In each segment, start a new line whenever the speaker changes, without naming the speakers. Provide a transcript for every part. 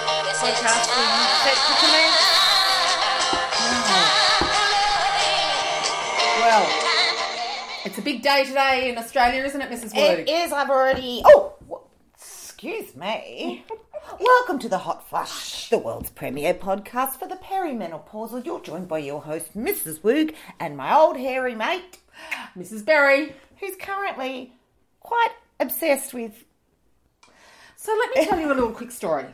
podcast being spectacular. Wow. Well, it's a big day today in Australia, isn't it, Mrs. Wood?
It is. I've already. Oh, w- excuse me. Welcome to the Hot Flush, the world's premier podcast for the perimenopausal. You're joined by your host, Mrs. Woog, and my old hairy mate,
Mrs. Berry.
who's currently quite obsessed with.
So let me tell you a little quick story.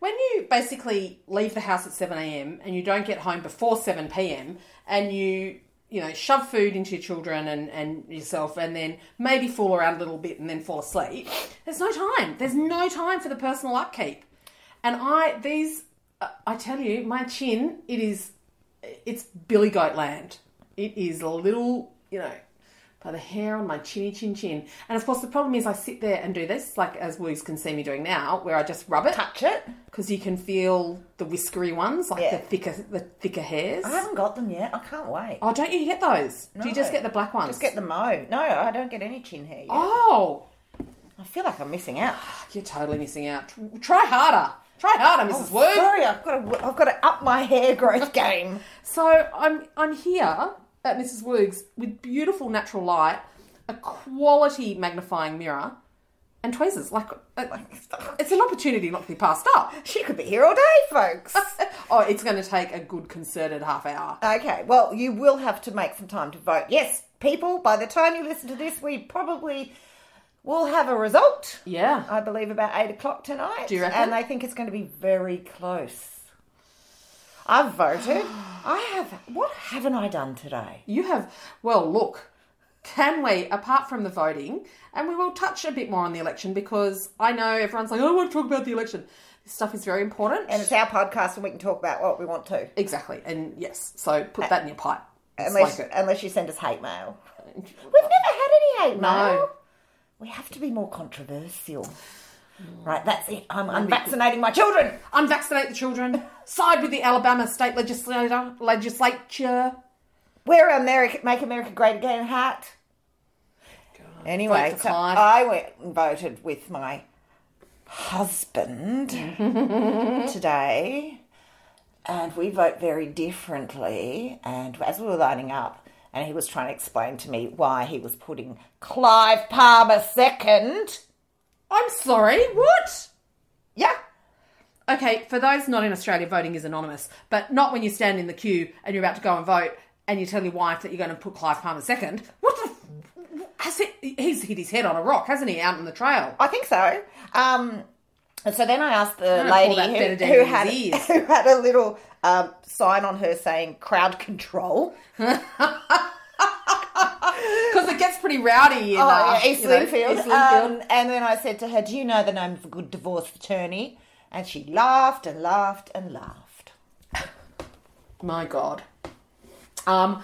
When you basically leave the house at 7 a.m. and you don't get home before 7 p.m. and you, you know, shove food into your children and, and yourself and then maybe fool around a little bit and then fall asleep, there's no time. There's no time for the personal upkeep. And I, these, I- I tell you, my chin, it is, it's billy goat land. It is a little, you know, by the hair on my chinny chin chin. And of course, the problem is I sit there and do this, like as Woos can see me doing now, where I just rub it
Touch it.
because you can feel the whiskery ones, like
Yeah.
the thicker, the thicker hairs.
I haven't got them yet. I can't wait.
Oh, don't you get those? Do you just
No.
get the black ones?
Just get the mo. No, I don't get any chin hair yet.
Oh,
I feel like I'm missing out.
you're totally missing out. Try harder. Try harder, Mrs. Wood.
Oh, Sorry, I've got to. I've got to up my hair growth game.
So I'm I'm here at Mrs. Woogs with beautiful natural light, a quality magnifying mirror, and tweezers. Like uh, it's an opportunity not to be passed up.
She could be here all day, folks.
Oh, it's going to take a good concerted half hour.
Okay, well, you will have to make some time to vote. Yes, people, by the time you listen to this, we probably will have a result.
Yeah.
I believe about eight o'clock tonight.
Do you reckon?
And I think it's going to be very close. I've voted. I have. What haven't I done today?
You have, well, look, can we, apart from the voting, and we will touch a bit more on the election because I know everyone's like, "Oh, I don't want to talk about the election. This stuff is very important.
And it's our podcast, and we can talk about what we want to.
exactly. And yes, so put that in your pipe.
Unless,
Smoke it.
unless you send us hate mail. We've never had any hate
No.
mail. We have to be more controversial. Right, that's it. I'm unvaccinating my children.
Unvaccinate the children. Side with the Alabama state legislator, legislature.
Wear our America, Make America Great Again hat.
Vote
Anyway,
for
so
Clive.
I went and voted with my husband today, and we vote very differently. And as we were lining up, and he was trying to explain to me why he was putting Clive Palmer second.
I'm sorry, what?
Yeah,
Okay, for those not in Australia, voting is anonymous, but not when you stand in the queue and you're about to go and vote and you tell your wife that you're going to put Clive Palmer second. What the? f- Has it, he's hit his head on a rock, hasn't he, out on the trail?
I think so. Um, and so then I asked the
gonna
lady
pull that
who,
Benedict
who
in his
had
ears.
who had a little um, sign on her saying "crowd control."
Because it gets pretty rowdy in
Oh,
uh,
yeah, East
you know,
Linfield.
East Linfield.
Um, and then I said to her, "Do you know the name of a good divorce attorney?" And she laughed and laughed and laughed.
My God. Um.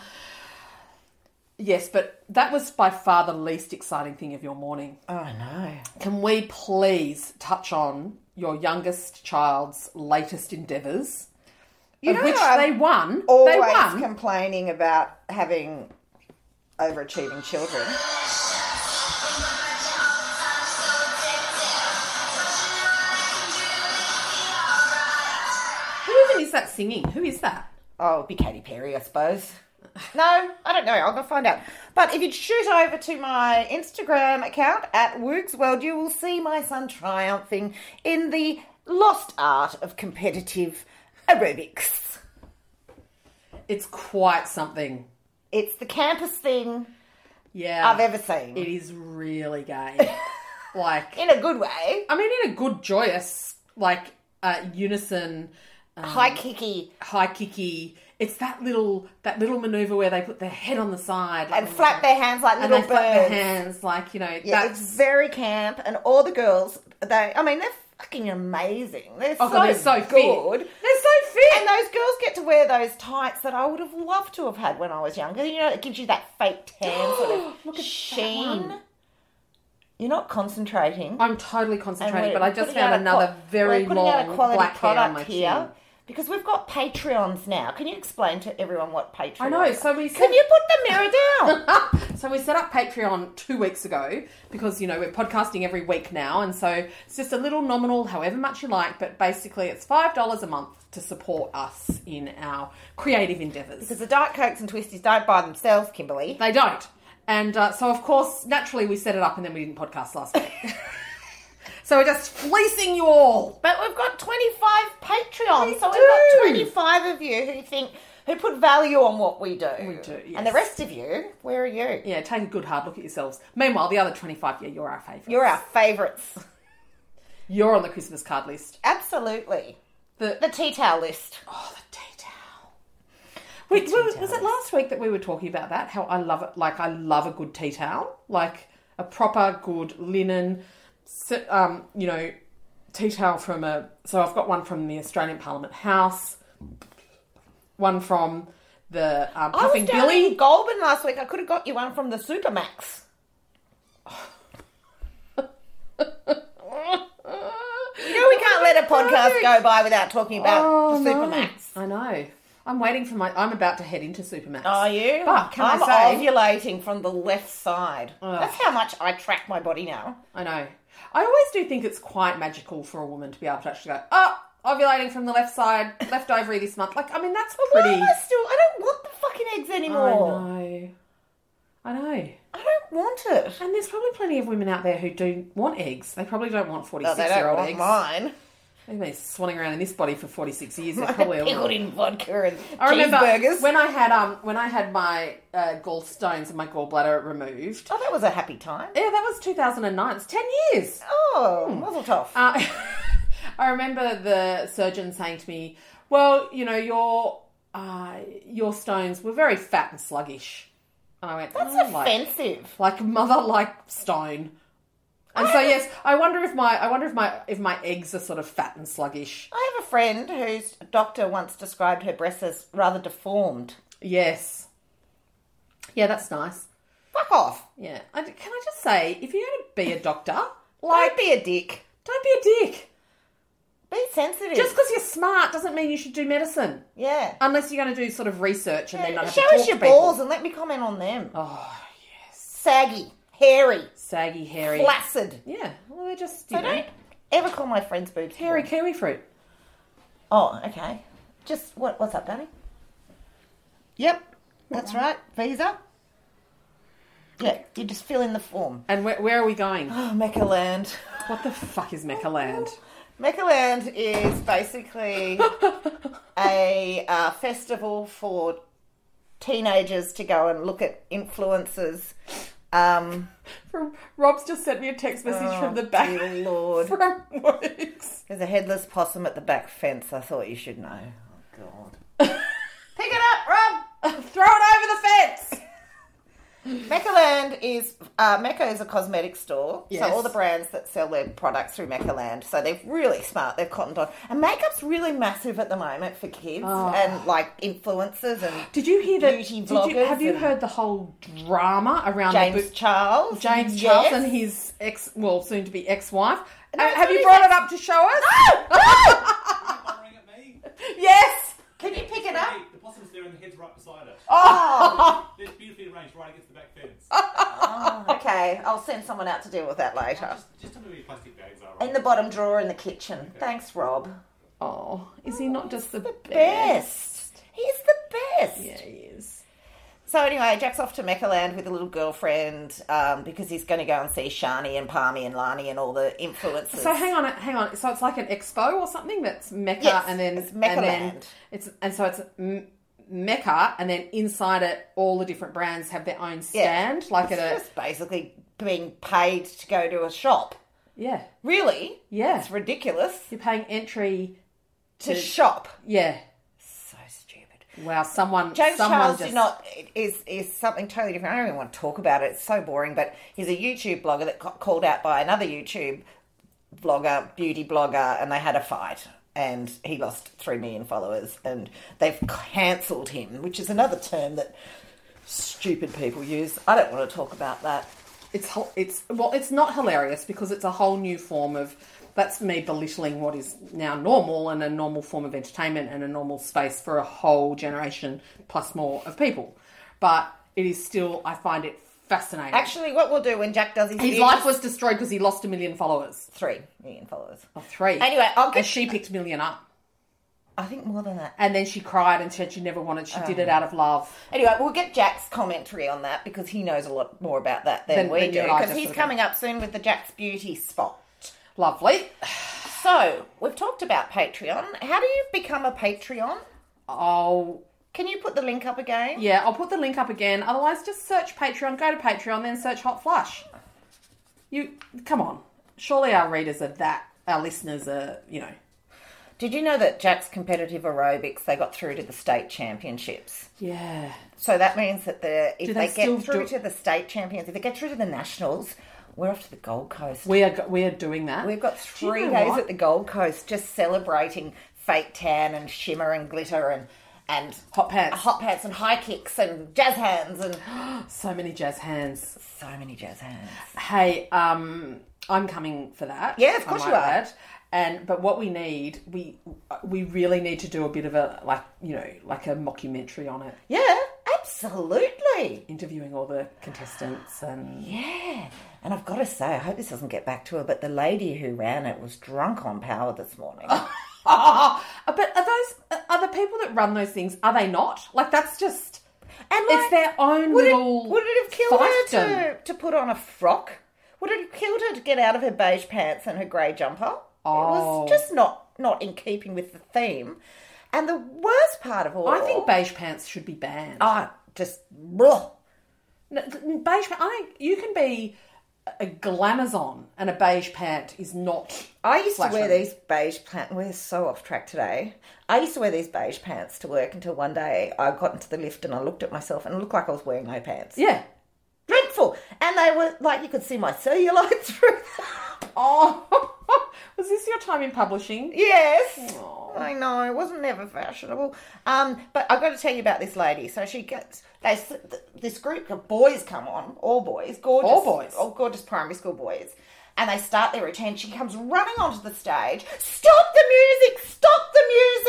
Yes, but that was by far the least exciting thing of your morning.
Oh no!
Can we please touch on your youngest child's latest endeavours?
You
of
know,
which
I'm
they won. They
Always
won.
complaining about having overachieving children.
Who even is that singing? Who is that?
Oh, it'd be Katy Perry, I suppose. No, I don't know. I'll go find out. But if you shoot over to my Instagram account at Woogs World, you will see my son triumphing in the lost art of competitive aerobics.
It's quite something.
It's the campus thing
Yeah.
I've ever seen.
It is really gay. like,
In a good way.
I mean, in a good, joyous, like, uh, unison, Um,
High kicky
high kicky. It's that little that little maneuver where they put their head on the side like,
and flap their hands like
and
little
they
birds.
flap their hands like you know.
Yeah,
that's,
it's very camp, and all the girls, they, I mean, they're fucking amazing. They're,
oh
so,
god, they're so
good.
fit. They're so fit.
And those girls get to wear those tights that I would have loved to have had when I was younger. You know, it gives you that fake tan sort of
Look at that
sheen.
one.
You're not concentrating.
I'm totally
And
concentrating,
we're
but I just
putting
found
out a qua-
another very
we're putting out a
long
quality
black hair on my
product here
chin.
Because we've got Patreons now. Can you explain to everyone what Patreon?
I know.
is?
So we
Can
set,
you put the mirror down?
so we set up Patreon two weeks ago because you know we're podcasting every week now, and so it's just a little nominal, however much you like, but basically it's five dollars a month to support us in our creative endeavors.
Because the Diet Cokes and Twisties don't buy themselves, Kimberly.
They don't. And uh, so, of course, naturally, we set it up and then we didn't podcast last week. so we're just fleecing you all.
But we've got 25 Patreons,
We
so
do.
we've got 25 of you who think, who put value on what we do. We
do,
And the
yes.
rest of you, where are you?
Yeah, take a good hard look at yourselves. Meanwhile, the other 25, yeah, you're our favourite.
You're our favourites.
You're on the Christmas card list.
Absolutely.
The,
The tea towel list.
oh, the tea towel. We, we- was it last week that we were talking about that? How I love it. Like, I love a good tea towel. Like, a proper good linen, s- um, you know, tea towel from a. So I've got one from the Australian Parliament House, one from the um,
I
Puffing
was down
Billy.
in Goulburn last week. I could have got you one from the Supermax. You know we can't let a podcast go by without talking about
Oh,
the
no.
Supermax.
I know. I'm waiting for my. I'm about to head into Supermax.
Are you?
But can
I'm
I say?
ovulating from the left side. That's how much I track my body now.
I know. I always do think it's quite magical for a woman to be able to actually go. Oh, ovulating from the left side, left ovary this month. Like, I mean, that's
Why
pretty.
am I still? I don't want the fucking eggs
I
anymore.
know. I know.
I, don't want it.
And there's probably plenty of women out there who do want eggs. They probably don't want 46
Oh, they
year
don't
old
want
eggs.
mine.
They've been swanning around in this body for 46 years. They're probably all
Pickled in vodka and
I remember
cheeseburgers.
when I had um when I had my uh, gallstones and my gallbladder removed.
oh, that was a happy time.
Yeah, that was 2009. It's 10 years.
Oh, muzzle tough.
Uh, I remember the surgeon saying to me, "Well, you know your uh, your stones were very fat and sluggish," and I went,
That's
"Oh, like,
offensive.
like mother like stone." And so yes, I wonder if my I wonder if my if my eggs are sort of fat and sluggish.
I have a friend whose doctor once described her breasts as rather deformed.
Yes. Yeah, that's nice.
Fuck off.
Yeah. I, can I just say, if you're going to be a doctor,
Like,
like,
be a dick.
don't be a dick.
Be sensitive.
Just because you're smart doesn't mean you should do medicine.
yeah.
Unless you're going to do sort of research and then not have to
Show
talk
us your
to people.
balls and let me comment on them.
Oh,
Saggy, hairy,
saggy, hairy.
flaccid.
Yeah. Well, they're just, you
I
know,
don't ever call my friends boobs
hairy
balls.
kiwi fruit.
Oh, okay. Just what? What's up, Danny? Yep, that's right. Visa. Yeah, you just fill in the form.
And where, where are we going?
Oh, Mecca Land.
What the fuck is Mecca Land?
Mecca Land is basically a uh, festival for teenagers to go and look at influences. Um,
From, Rob's just sent me a text message from the back
dear Lord.
from works.
There's a headless possum at the back fence. I thought you should know. Oh God. Pick it up, Rob.
Throw it over the fence!
Mechaland is uh, Mecca is a cosmetic store,
Yes.
so all the brands that sell their products through Mechaland, so they're really smart. They've cottoned on, and makeup's really massive at the moment for kids and like influencers and
Oh. Did you hear that?
Beauty
did you,
vloggers
have you
and-
heard the whole drama around the
James
book?
Charles.
James
Yes.
Charles and his ex, well, soon to be ex-wife. Uh,
it's
have
not
you
his
brought
ex-
it up to show us? yes.
Can you pick it up?
The possum's there and the head's right beside it.
Oh,
It's beautifully arranged right against the back fence.
okay. I'll send someone out to deal with that later.
Just, just tell me where your plastic bags are.
In the bottom drawer in the kitchen. Thanks, Rob.
Oh, is he not just the, best?
Best. He's the best.
Yeah, he is.
So anyway, Jack's off to Mechaland with a little girlfriend um, because he's going to go and see Shani and Palmy and Lani and all the influences.
So hang on, hang on. So it's like an expo or something that's Mecca,
Yes,
and then
it's Mecca
and then
Land.
it's and so it's M- Mecca, and then inside it, all the different brands have their own stand, like at a
just basically being paid to go to a shop.
yeah,
Really,
yeah.
it's ridiculous
You're paying entry,
to shop.
yeah.
So stupid.
Wow, someone
James
someone
Charles
just
did not is is something totally different. I don't even want to talk about it. It's so boring. But he's a YouTube blogger that got called out by another YouTube blogger, beauty blogger, and they had a fight. And he lost three million followers, and they've cancelled him, which is another term that stupid people use. I don't want to talk about that.
It's hel- it's well, it's not hilarious because it's a whole new form of that's me belittling what is now normal and a normal form of entertainment and a normal space for a whole generation plus more of people. But it is still, I find it fascinating.
Actually, what we'll do when Jack does his
His
thing-
life was destroyed because he lost a million followers.
three million followers.
Or three.
Anyway, I'll
And
get.
she picked a million up.
I think more than that.
And then she cried and said she never wanted, she
Oh.
did it out of love.
Anyway, we'll get Jack's commentary on that because he knows a lot more about that than,
Than-
we
than
do.
you and I
Because
just
he's
sort of-
coming up soon with the Jack's Beauty spot.
Lovely.
So we've talked about Patreon. How do you become a Patreon?
I'll
Can you put the link up again?
Yeah, I'll put the link up again. Otherwise, just search Patreon, go to Patreon, then search Hot Flush. You come on. Surely our readers are that. Our listeners are, you know,
Did you know that Jack's competitive aerobics they got through to the state championships?
yeah.
So that means that the if
Do
they,
they still
get through
do-
to the state champions, if they get through to the nationals, we're off to the Gold Coast.
We are go- we are doing that.
We've got
Do you
three
know
days
what?
at the Gold Coast just celebrating fake tan and shimmer and glitter and and
Hot pants.
hot pants and high kicks and jazz hands and
So many jazz hands.
so many jazz hands.
Hey, um, I'm coming for that.
Yeah, of
I
course
might
you are.
add. And but what we need, we we really need to do a bit of a like you know like a mockumentary on it,
Yeah, absolutely.
interviewing all the contestants and
Yeah. And I've got to say, I hope this doesn't get back to her, but the lady who ran it was drunk on power this morning.
Ah, but are those are the people that run those things? Are they not like that's just
And
it's their own
would
little.
it, would it have killed
fiefdom.
her to, to put on a frock? Would it have killed her to get out of her beige pants and her grey jumper? It
Oh.
was just not not in keeping with the theme. And the worst part of all,
I think beige pants should be banned.
I just blah.
No, th- beige. pa- I think you can be a glamazon, and a beige pant is not.
I used to wear
Flattering.
these beige pants. We're so off track today. I used to wear these beige pants to work until one day I got into the lift and I looked at myself and it looked like I was wearing no pants.
Yeah.
Dreadful. And they were like you could see my cellulite through. them.
Oh, was this your time in publishing?
Yes.
Aw.
I know. It wasn't never fashionable. Um, but I've got to tell you about this lady. So she gets they, s- th- this group of boys come on, all boys, gorgeous,
All boys.
all gorgeous primary school boys, and they start their routine. She comes running onto the stage. Stop the music! Stop the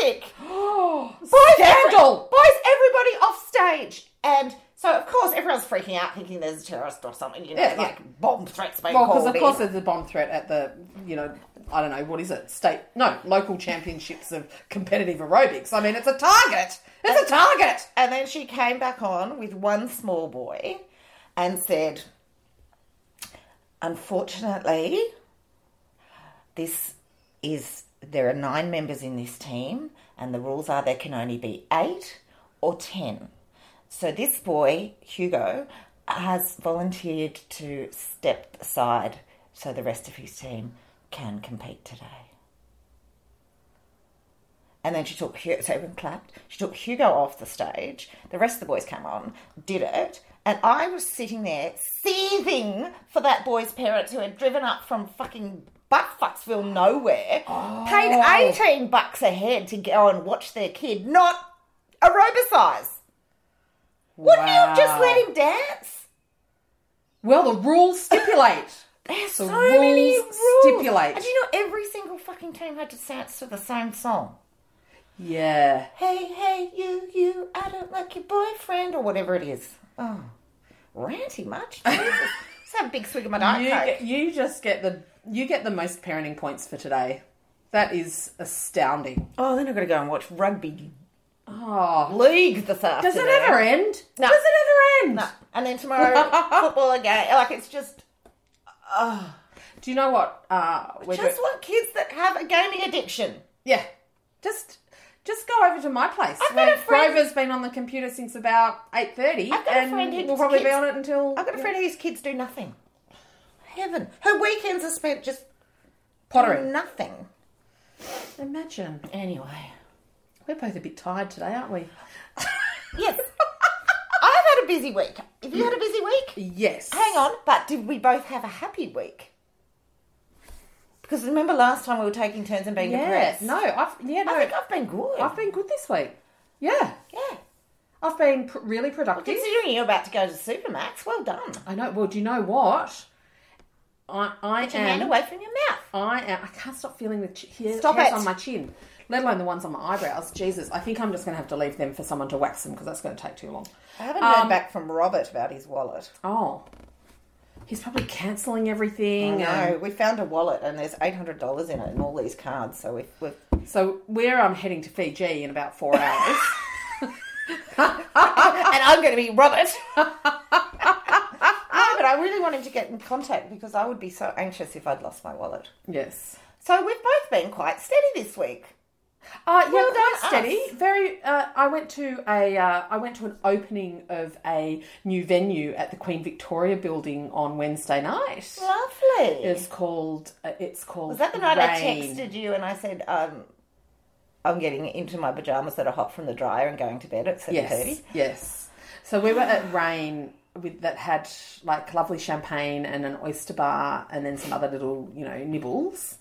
music! Boys,
Scandal!
every- boys, everybody off stage. And so, of course, everyone's freaking out, thinking there's a terrorist or something. You know,
Yeah, yeah.
like bomb threats being
Well,
called.
because of
in.
course there's a bomb threat at the you know I don't know what is it state no local championships of competitive aerobics. I mean it's a target. It's a target.
And then she came back on with one small boy and said, Unfortunately, this is there are nine members in this team, and the rules are there can only be eight or ten. So this boy, Hugo, has volunteered to step aside so the rest of his team can compete today. And then she took Hugo, so everyone clapped. She took Hugo off the stage. The rest of the boys came on, did it. And I was sitting there seething for that boy's parents who had driven up from fucking Buttfucksville nowhere,
Oh.
paid 18 bucks a head to go and watch their kid not aerobicize. Wouldn't you have just
Wow.
let him dance?
Well, the rules stipulate.
There's
The
so many
rules
rules.
stipulate.
And do you know every single fucking team had to dance to the same song?
yeah.
hey, hey, you, you, I don't like your boyfriend, or whatever it is. Oh, ranty much. Jesus. Let's have a big swig of my diet
You,
coke.
get, you just get the you get the most parenting points for today. That is astounding.
Oh, then I've got to go and watch rugby
Oh,
league this afternoon.
does it ever end?
No.
Does it ever end?
No. And then tomorrow football again. Like it's just,
Do you know what? Uh, we're
just
do-
want kids that have a gaming addiction.
yeah, just just go over to my place.
I've got
where
a friend-
Grover's been on the computer since about eight thirty,
I've got a
and
friend who
we'll probably be
keeps-
on it until.
I've got a friend whose kids do nothing. Heaven, her weekends are spent just doing
pottering.
nothing.
Imagine
Anyway,
we're both a bit tired today, aren't we?
yes, I've had a busy week. Have you had a busy week?
Yes.
Hang on, but did we both have a happy week? Because remember last time we were taking turns and being
Yeah.
depressed.
No. I've yeah. No.
I think I've been good.
I've been good this week. Yeah.
yeah,
I've been pr- really productive.
Considering you're about to go to Supermax, well done.
I know. Well, do you know what? I I
Get your hand
am.
away from your mouth.
I am. I can't stop feeling the ch- hair,
Stop
hairs
it.
on my chin, let alone the ones on my eyebrows. Jesus, I think I'm just going to have to leave them for someone to wax them because that's going to take too long.
I haven't heard back from Robert about his wallet.
Oh, he's probably cancelling everything. Um, and-
No, we found a wallet and there's eight hundred dollars in it and all these cards. So we've, we've
So where I'm heading to Fiji in about four hours.
and I'm going to be Robert. no, but I really want him to get in contact because I would be so anxious if I'd lost my wallet.
yes.
So we've both been quite steady this week.
Uh, yeah,
Well
quite
done,
steady.
us.
Very. Uh, I went to a. Uh, I went to an opening of a new venue at the Queen Victoria Building on Wednesday night.
Lovely.
It's called. Uh, it's called.
Was that the night
Rain.
I texted you and I said, um, I'm getting into my pajamas that are hot from the dryer and going to bed at 7.30?
Yes. Yes. So we were at Rain with that had like lovely champagne and an oyster bar and then some other little, you know, nibbles.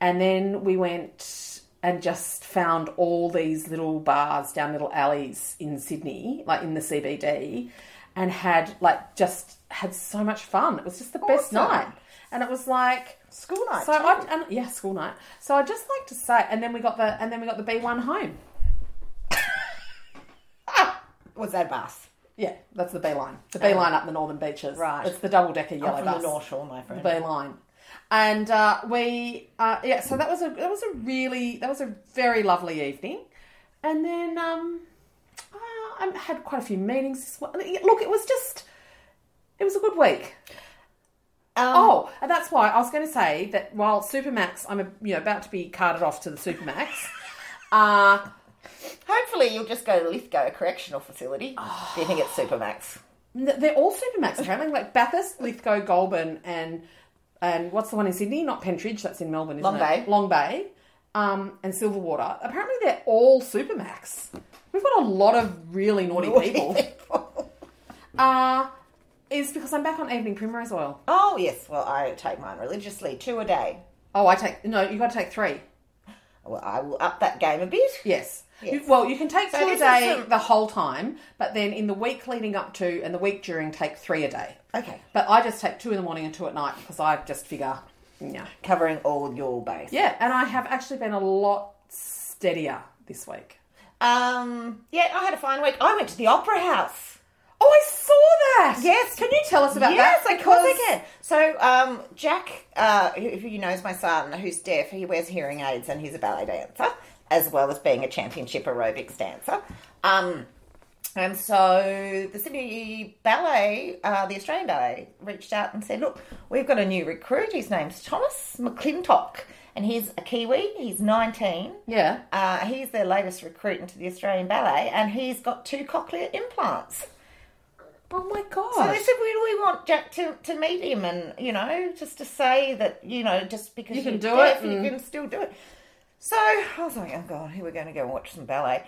And then we went and just found all these little bars down little alleys in Sydney, like in the CBD, and had like just had so much fun. It was just the best
Awesome.
night. And it was like
School night.
so
too.
I and, yeah, school night. So I just like to say and then we got the and then we got the B1 home.
was that bus?
Yeah, that's the B line. The B line up the northern beaches.
Oh. Right.
It's the double decker yellow
I'm from
bus.
the North Shore, my friend.
B line. And uh, we uh, yeah, so that was a that was a really that was a very lovely evening. And then um uh, I had quite a few meetings. this wa- Look, it was just it was a good week.
Um,
Oh, and that's why I was going to say that while Supermax, I'm you know about to be carted off to the Supermax. Uh,
Hopefully you'll just go to Lithgow Correctional Facility.
Ah.
Do you think it's Supermax?
Th- They're all Supermax apparently, like Bathurst, Lithgow, Goulburn, and and what's the one in Sydney? Not Pentridge, that's in Melbourne, isn't
Long
it?
Bay.
Long Bay, um, and Silverwater. Apparently, they're all Supermax. We've got a lot of really naughty people. Uh, is because I'm back on evening primrose oil.
oh, yes. Well, I take mine religiously, two a day.
Oh, I take no. You got to take three.
Well, I will up that game a bit.
Yes.
Yes.
You- well, you can take two a
this is
day
some-
the whole time, but then in the week leading up to and the week during, take three a day.
Okay.
But I just take two in the morning and two at night because I just figure, you know.
Covering all your base.
Yeah, and I have actually been a lot steadier this week.
Um, yeah, I had a fine week. I went to the Opera House.
Oh, I saw that.
Yes.
Can you tell us about
yes,
that?
of course I can. So, um, Jack, uh, who, who you know is my son, who's deaf, he wears hearing aids and he's a ballet dancer, as well as being a championship aerobics dancer. Um, and so the Sydney Ballet, uh, the Australian Ballet, reached out and said, Look, we've got a new recruit. His name's Thomas McClintock, and he's a Kiwi. He's 19.
Yeah.
Uh, he's their latest recruit into the Australian Ballet, and he's got two cochlear implants.
Oh my god.
So they said we, we want Jack to, to meet him and, you know, just to say that, you know, just because
You can
you're
do
deaf,
it and-
you can still do it. So I was like, oh God, here we're going to go and watch some ballet.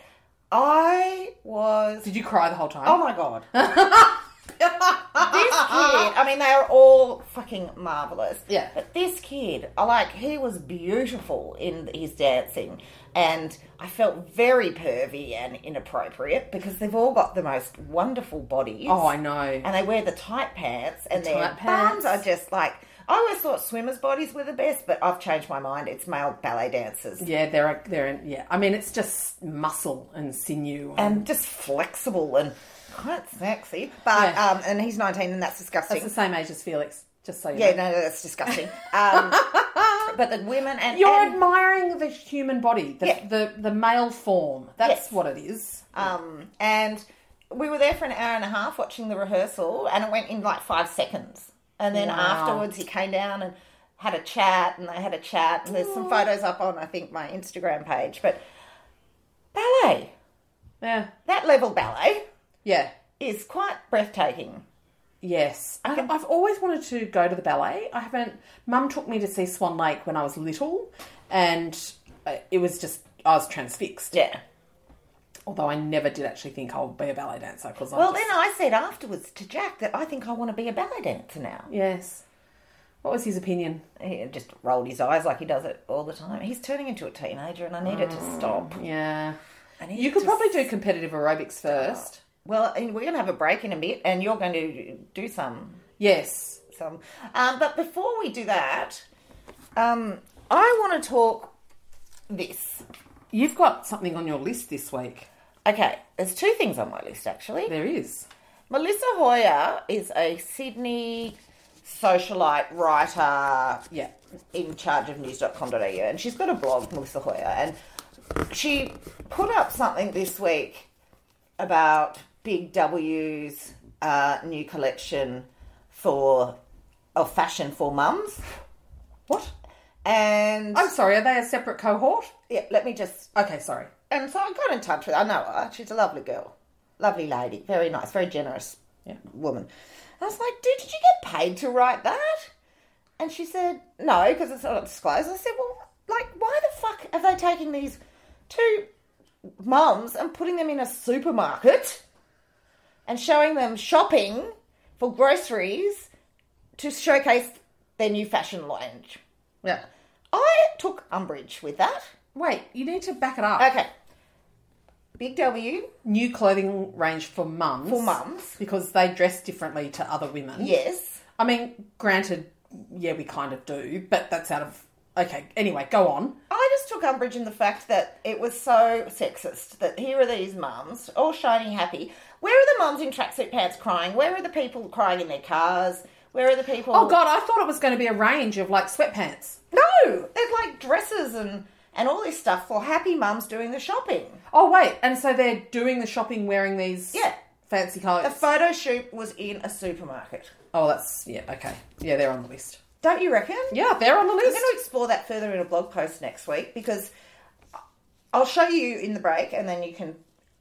I was,
Did you cry the whole time?
oh my God. this kid, I mean, they are all fucking marvellous.
Yeah.
But this kid, I like, he was beautiful in his dancing. And I felt very pervy and inappropriate because they've all got the most wonderful bodies
Oh, I know.
and they wear the tight pants and their
tight pants.
bums are just like I always thought swimmers' bodies were the best, but I've changed my mind. It's male ballet dancers
Yeah, they're a- they're in, yeah. I mean, it's just muscle and sinew. And,
and just flexible and quite sexy. But
Yeah.
um, and he's nineteen, and that's disgusting.
it's the same age as Felix. Just so you
yeah,
know.
no, that's disgusting. Um, but the women and,
You're
and
admiring the human body, the
Yeah.
the, the male form. That's
Yes.
what it is.
um, and we were there for an hour and a half watching the rehearsal, and it went in like five seconds. And then
Wow.
afterwards, he came down and had a chat, and they had a chat. And there's some photos up on I think my Instagram page. But ballet,
Yeah.
that level ballet,
Yeah.
is quite breathtaking.
Yes, I, I've always wanted to go to the ballet. I haven't. Mum took me to see Swan Lake when I was little, and uh, it was just I was transfixed.
Yeah.
Although I never did actually think I'll be a ballet dancer because
Well,
I just,
then I said afterwards to Jack that I think I want to be a ballet dancer now.
yes. What was his opinion?
He just rolled his eyes like he does it all the time. He's turning into a teenager, and I need it to stop.
Yeah,
I need
Mm. you
it
could
to
probably do competitive aerobics first.
Well, and we're going to have a break in a bit, and you're going to do some
Yes.
some. Um, but before we do that, um, I want to talk this.
You've got something on your list this week.
Okay, there's two things on my list actually.
There is.
Melissa Hoyer is a Sydney socialite writer
Yeah.
in charge of news.com.au and she's got a blog, Melissa Hoyer, and she put up something this week about Big W's uh, new collection for of fashion for mums. What? And
I'm sorry, are they a separate cohort?
yeah, let me just
Okay, sorry.
and so I got in touch with I know her. She's a lovely girl. Lovely lady. Very nice, very generous
Yeah.
woman. I was like, dude, did you get paid to write that? And she said, no, because it's not disclosed. I said, well, like, why the fuck are they taking these two mums and putting them in a supermarket and showing them shopping for groceries to showcase their new fashion line?
Yeah.
I took umbrage with that.
Wait, you need to back it up.
Okay. Big W
New clothing range for mums.
for mums.
Because they dress differently to other women.
Yes.
I mean, granted, yeah, we kind of do, but that's out of. Okay, anyway, go on.
I just took umbrage in the fact that it was so sexist that here are these mums, all shiny happy. Where are the mums in tracksuit pants crying? Where are the people crying in their cars? Where are the people?
Oh, God, I thought it was going to be a range of like sweatpants.
No, there's like dresses and and all this stuff for happy mums doing the shopping.
Oh, wait, and so they're doing the shopping wearing these
Yeah.
fancy clothes.
The photo shoot was in a supermarket.
oh, that's. Yeah, okay. Yeah, they're on the list.
Don't you reckon?
Yeah, they're on the
I'm
list.
going to explore that further in a blog post next week because I'll show you in the break, and then you can.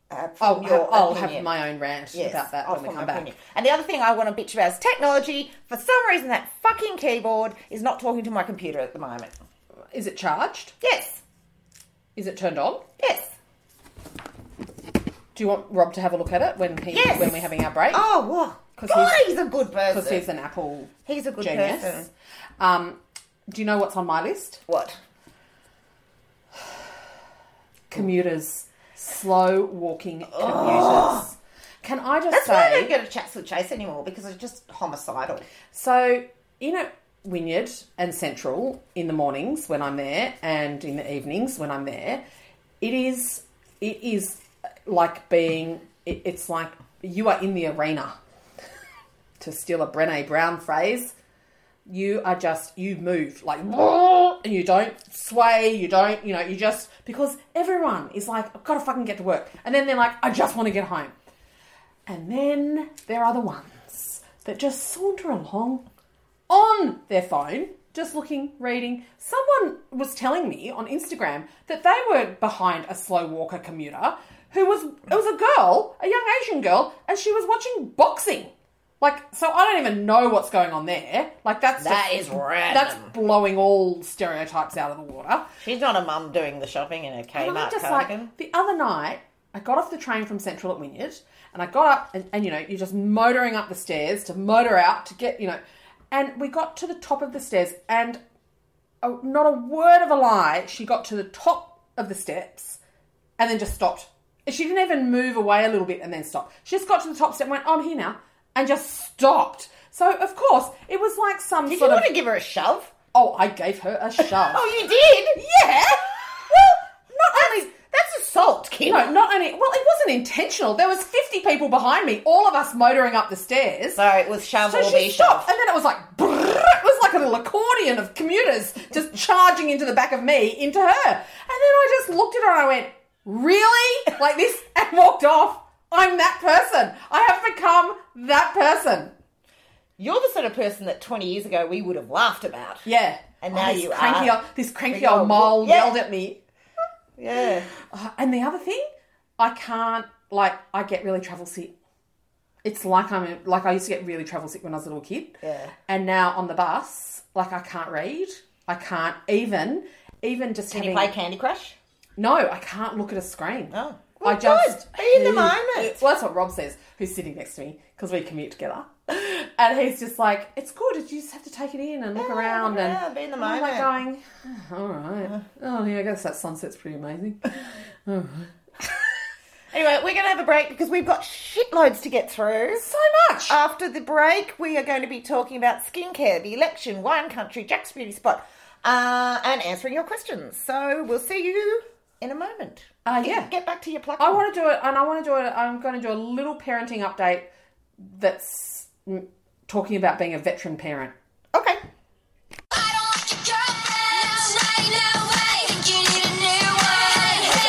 Uh,
I'll,
form your
have, Oh, I'll
opinion.
have my own rant
Yes,
about that
I'll
when we
form
come
my
back.
opinion. And the other thing I want to bitch about is technology. For some reason, that fucking keyboard is not talking to my computer at the moment.
Is it charged?
Yes,
Is it turned on?
yes.
Do you want Rob to have a look at it when he
Yes.
when we're having our break?
Oh, well.
'Cause
God,
he's-
he's, a good person.
Because he's an Apple
He's a good
genius.
person.
Um, do you know what's on my list?
What?
Commuters, slow walking commuters. Can I just
That's
say?
why I don't go to chats with Chase anymore because it's just homicidal.
So, you know, Wynyard and Central in the mornings when I'm there and in the evenings when I'm there, it is it is like being it, it's like you are in the arena. to steal a Brené Brown phrase, you are just you move like and you don't sway, you don't, you know, you just because everyone is like I've got to fucking get to work. And then they're like I just want to get home. And then there are the ones that just saunter along on their phone, just looking, reading. Someone was telling me on Instagram that they were behind a slow walker commuter who was it was a girl, a young Asian girl, and she was watching boxing. Like, so I don't even know what's going on there. Like that's
That
just-
is random.
That's blowing all stereotypes out of the water.
She's not a mum doing the shopping in a
And I
Kmart
just
cardigan.
like the other night, I got off the train from Central at Wynyard, and I got up, and, and you know, you're just motoring up the stairs to motor out to get, you know, and we got to the top of the stairs, and a, not a word of a lie, she got to the top of the steps, and then just stopped. She didn't even move away a little bit and then stopped. She just got to the top step, and went, "I'm here now," and just stopped. So of course, it was like some
Did you
sort of
want to give her a shove?
oh, I gave her a shove.
Oh, you did?
yeah. Well, not only
That's assault, kid.
no, not only. Well, it wasn't intentional. There was fifty people behind me, all of us motoring up the stairs.
So it was shove
so
or
she
be
stopped,
shoved.
and then it was like brrrr, it was like a little accordion of commuters just charging into the back of me into her. And then I just looked at her and I went, "Really?" Like this, and walked off. I'm that person. I have become that person.
You're the sort of person that 20 years ago we would have laughed about.
Yeah. Oh,
And now
this
you
cranky
are.
Old, this cranky
Big
old
old
mole
wo- yeah.
yelled at me.
Yeah.
And the other thing, I can't like I get really travel sick. It's like I'm like I used to get really travel sick when I was a little kid.
Yeah.
And now on the bus, like I can't read. I can't even even just
Can you
having
play Candy Crush?
no, I can't look at a screen.
Oh.
I
Well,
just
good. Be in the
hate
moment.
it. Well, that's what Rob says, who's sitting next to me because we commute together, and he's just like, "It's good. You just have to take it in and look
Yeah,
around and
yeah, be in the
and I'm like
moment.
going, "Oh, all right. Oh yeah, I guess that sunset's pretty amazing.
Anyway, we're going to have a break because we've got shitloads to get through.
So much.
After the break, we are going to be talking about skincare, the election, wine country, Jack's beauty spot, uh, and answering your questions. So we'll see you in a moment.
Uh,
Get-
yeah.
Get back to your plug.
I want to do it, and I want to do it. I'm going to do a little parenting update that's mm, talking about being a veteran parent.
Okay.
I don't like your girlfriend. It's night now, I think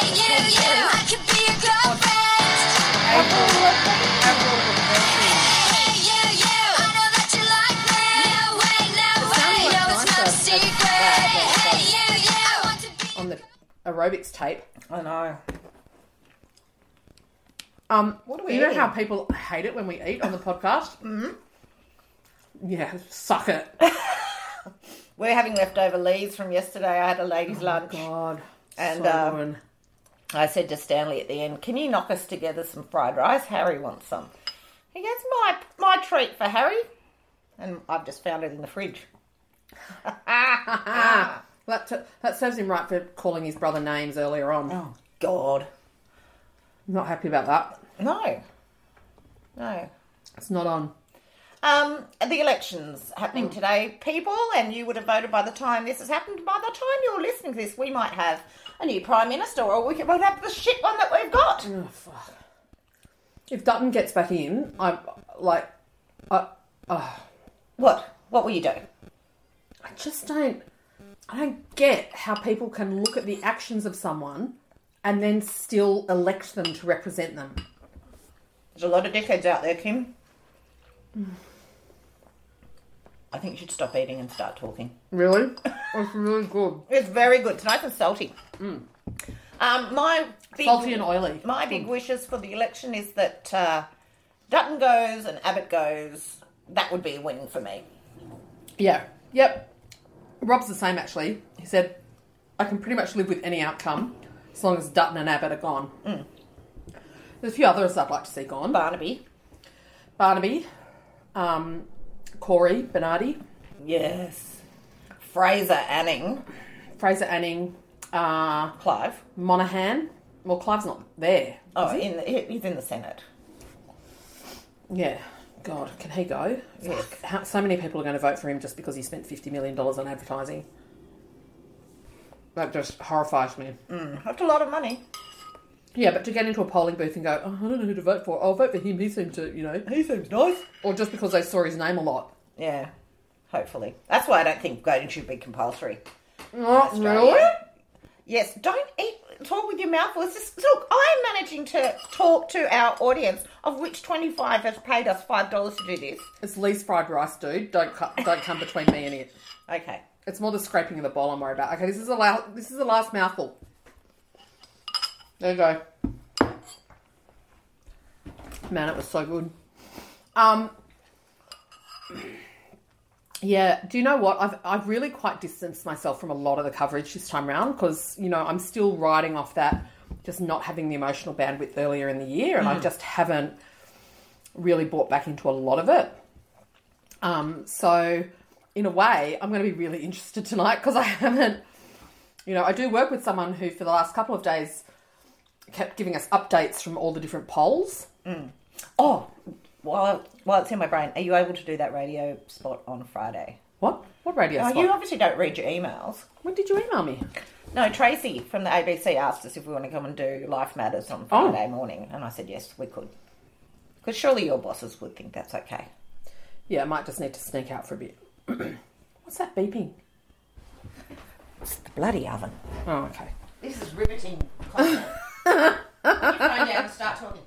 you need a new one. Hey, you, you, I could be your girlfriend. Hey, you, you, I know that you like me. No way, no way, no, it's no secret. Hey, you, you, I want to be.
on the aerobics tape.
I know.
Um,
What are we Mm-hmm.
you know
eating?
how people hate it when we eat on the podcast? mm Yeah, suck it.
We're having leftover leaves from yesterday. I had a ladies' lunch.
God.
And,
so
uh,
annoying.
I said to Stanley at the end, "Can you knock us together some fried rice? Harry wants some." He goes, "My my treat for Harry," and I've just found it in the fridge.
Ah, that, t- that serves him right for calling his brother names earlier on.
Oh God,
Not happy about that.
no, no.
It's not on.
Um, the elections happening today, people, and you would have voted by the time this has happened. By the time you're listening to this, we might have a new prime minister, or we could, we'll have the shit one that we've got.
Oh, fuck. If Dutton gets back in, I like, I,
What? What will you do?
I just don't. I don't get how people can look at the actions of someone and then still elect them to represent them.
There's a lot of dickheads out there, Kim. I think you should stop eating and start talking.
Really? It's really good.
It's very good. It's nice and salty. Um, my big,
Salty and oily.
My big wishes for the election is that uh, Dutton goes and Abbott goes. That would be a win for me.
Yeah. Yep. Rob's the same actually. He said, I can pretty much live with any outcome as long as Dutton and Abbott are gone. There's a few others I'd like to see gone.
Barnaby.
Barnaby, um, Corey, Bernardi,
Yes. Fraser Anning.
Fraser Anning, uh,
Clive.
Monaghan. Well, Clive's not there.
Oh, in the, he- he's in the Senate.
Yeah. God, can he go?
Yes.
How, so many people are going to vote for him just because he spent $50 million on advertising. That just horrifies me.
That's a lot of money.
Yeah, but to get into a polling booth and go, oh, I don't know who to vote for. I'll vote for him. He seemed to, you know,
He seems nice.
or just because they saw his name a lot.
Yeah, hopefully. That's why I don't think voting should be compulsory.
Not
Australia. Yes, don't eat, talk with your mouth full. It's just- Look, I'm managing to talk to our audience, of which 25 has paid us $5 to do this.
It's Lee's fried rice, dude. Don't cut, don't come between me and it.
Okay.
It's more the scraping of the bowl I'm worried about. Okay, this is the last. This is the last mouthful. There you go. Man, it was so good. Um. Yeah, do you know what? I've I've really quite distanced myself from a lot of the coverage this time round because you know I'm still riding off that just not having the emotional bandwidth earlier in the year, and I just haven't really bought back into a lot of it. Um, so, in a way, I'm going to be really interested tonight because I haven't, you know, I do work with someone who for the last couple of days kept giving us updates from all the different polls.
Oh, while, while it's in my brain, are you able to do that radio spot on Friday?
What? What radio
Oh,
spot?
you obviously don't read your emails.
When did you email me?
No, Tracy from the ABC asked us if we want to come and do Life Matters on Friday morning, and I said yes, we could. Because surely your bosses would think that's okay.
Yeah, I might just need to sneak out for a bit. What's that beeping?
It's the bloody oven.
Oh, okay.
This is riveting content. you find out and start talking.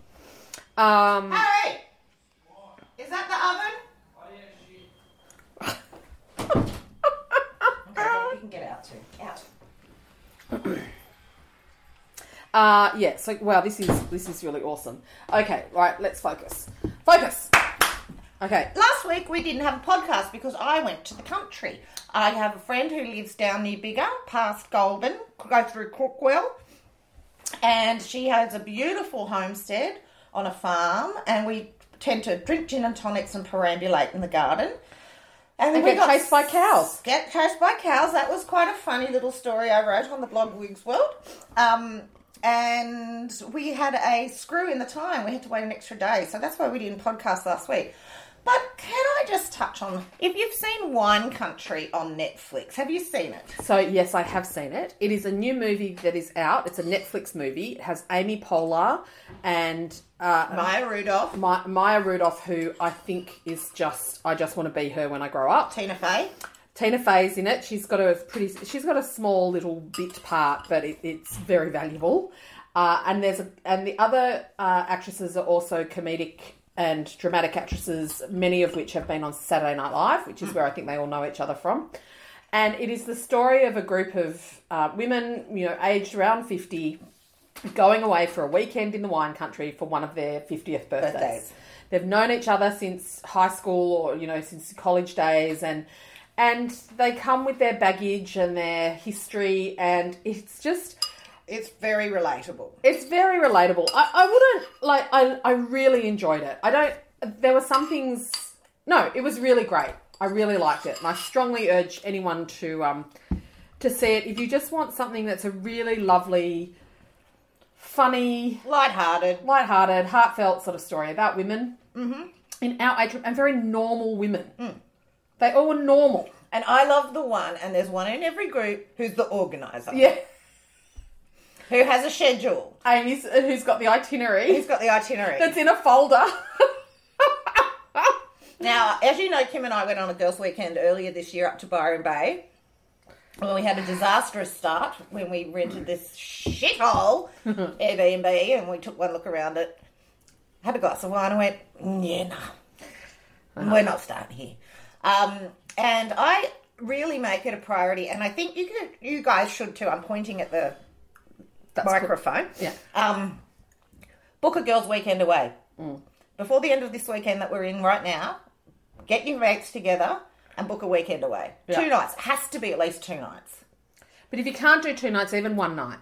Um,
Harry! Is that the oven? okay, well, we can get out too. Out.
Uh, yeah. So wow, this is this is really awesome. Okay, right. Let's focus. Focus. Okay.
Last week we didn't have a podcast because I went to the country. I have a friend who lives down near Bigger, past Goulburn, go through Crookwell, and she has a beautiful homestead on a farm, and we tend to drink gin and tonics and perambulate in the garden. And,
And
we
get
got
chased by cows.
Get chased by cows. That was quite a funny little story I wrote on the blog Wigs World. Um, and we had a screw in the time. We had to wait an extra day, so that's why we didn't podcast last week. But can I just touch on if you've seen Wine Country on Netflix? Have you seen it?
So yes, I have seen it. It is a new movie that is out. It's a Netflix movie. It has Amy Poehler and uh,
Maya Rudolph,
Ma- Maya Rudolph, who I think is just I just want to be her when I grow up.
Tina Fey.
Tina Fey's in it. She's got a pretty. She's got a small little bit part, but it, it's very valuable. Uh, and there's a, and the other uh, actresses are also comedic and dramatic actresses, many of which have been on Saturday Night Live, which is where I think they all know each other from. And it is the story of a group of uh, women, you know, aged around fifty, going away for a weekend in the wine country for one of their 50th birthdays.
Birthdays.
They've known each other since high school or you know since college days and and they come with their baggage and their history and it's just
It's very relatable.
it's very relatable. I, I wouldn't like I I really enjoyed it. I don't there were some things no, it was really great. I really liked it. And I strongly urge anyone to um to see it if you just want something that's a really lovely funny
Lighthearted.
light-hearted, heartfelt sort of story about women mm-hmm. in our age group and very normal women. They all were normal.
And I love the one, and there's one in every group who's the organizer,
Yeah,
who has a schedule,
Amy's who's got the
who's
itinerary
got the itinerary.
that's in a folder.
Now, as you know, Kim and I went on a girls' weekend earlier this year up to Byron Bay. Well, we had a disastrous start when we rented this shithole Airbnb and we took one look around it, had a glass of wine, and went, "Mm, yeah, no,
Uh-huh.
we're not starting here. Um, and I really make it a priority, and I think you could, you guys should too. I'm pointing at the
That's
microphone.
Yeah.
Um, book a girls' weekend away.
Mm.
Before the end of this weekend that we're in right now, get your mates together and book a weekend away.
Yeah.
Two nights. Has to be at least two nights.
But if you can't do two nights, even one night,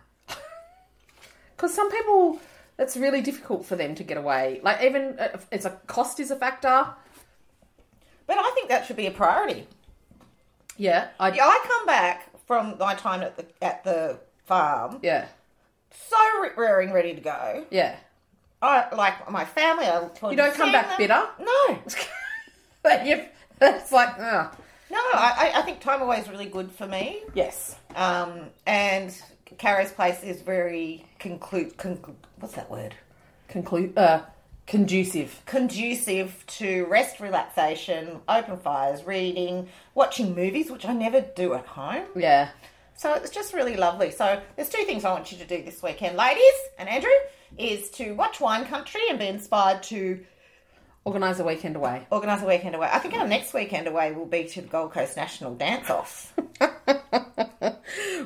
because some people that's really difficult for them to get away. Like even uh, it's a cost is a factor.
But I think that should be a priority.
Yeah, I
Yeah, I come back from my time at the at the farm
yeah
so re- raring ready to go.
yeah.
I like my family. I you
don't come back bitter?
No,
But you it's like ugh.
no. I, I I think time away is really good for me.
yes,
Um, and Caro's place is very conclude. Con- what's that word?
conclude uh, conducive.
Conducive to rest, relaxation, open fires, reading, watching movies, which I never do at home.
Yeah,
So it's just really lovely. So there's two things I want you to do this weekend, ladies and Andrew, is to watch Wine Country and be inspired to
organize a weekend away.
organise a weekend away. I think our next weekend away will be to the Gold Coast National Dance Off.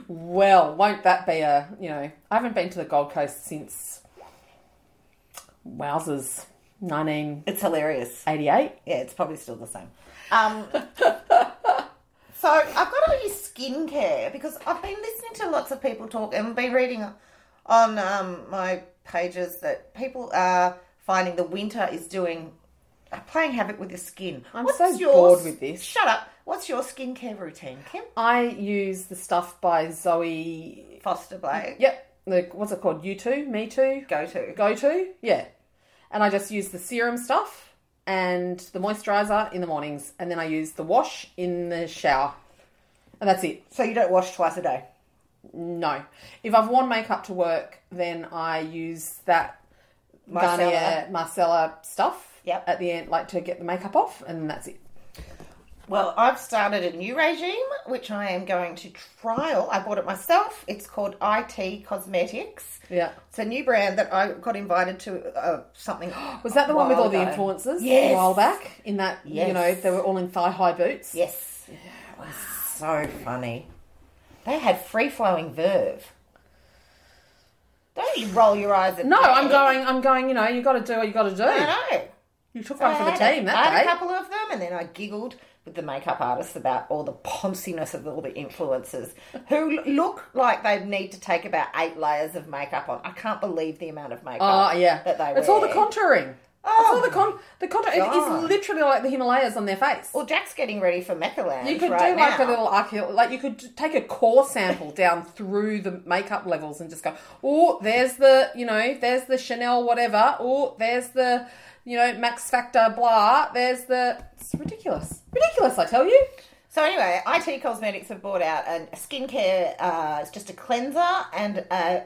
Well, won't that be a you know? I haven't been to the Gold Coast since wowzers, nineteen
It's hilarious.
eighty-eight.
Yeah, it's probably still the same. Um, so I've got all your skincare because I've been listening to lots of people talk and been reading on um, my pages that people are finding the winter is doing uh, playing havoc with your skin.
I'm so bored with this.
Shut up. What's your skincare routine, Kim?
I use the stuff by Zoe.
Foster Blake.
Yep, the, what's it called? You too, me too,
Go to.
go to. Yeah, and I just use the serum stuff and the moisturizer in the mornings, and then I use the wash in the shower, and that's it.
So you don't wash twice a day.
No. If I've worn makeup to work, then I use that
Marcella.
Garnier Marcella stuff
Yep.
at the end, like to get the makeup off, and that's it.
Well, I've started a new regime, which I am going to trial. I bought it myself. It's called IT Cosmetics.
Yeah.
It's a new brand that I got invited to uh, something.
Was that the one with all
while
the
ago.
influencers
Yes.
a while back? In that,
Yes.
you know, they were all in thigh high boots.
Yes. It was so funny. They had free flowing verve. Don't you roll your eyes at
No,
me.
I'm going, I'm going, you know, you got to do what you got to
I
do.
know.
You took one for the
I had a-
team
I had
that
a
day.
couple of them, and then I giggled with the makeup artists about all the ponciness of all the influencers who l- look like they need to take about eight layers of makeup on. I can't believe the amount of makeup.
Oh, yeah.
that they
It's all the
wear.
contouring. Oh, the con the contact it is
God.
literally like the Himalayas on their face.
Well, Jack's getting ready for Mecca Lounge
you could
right
do like
now.
a little archaeo- like you could t- take a core sample down through the makeup levels and just go, oh, there's the you know, there's the Chanel whatever, or there's the you know Max Factor blah, there's the it's ridiculous, ridiculous, I tell you.
So anyway, IT Cosmetics have brought out a skincare. Uh, it's just a cleanser and a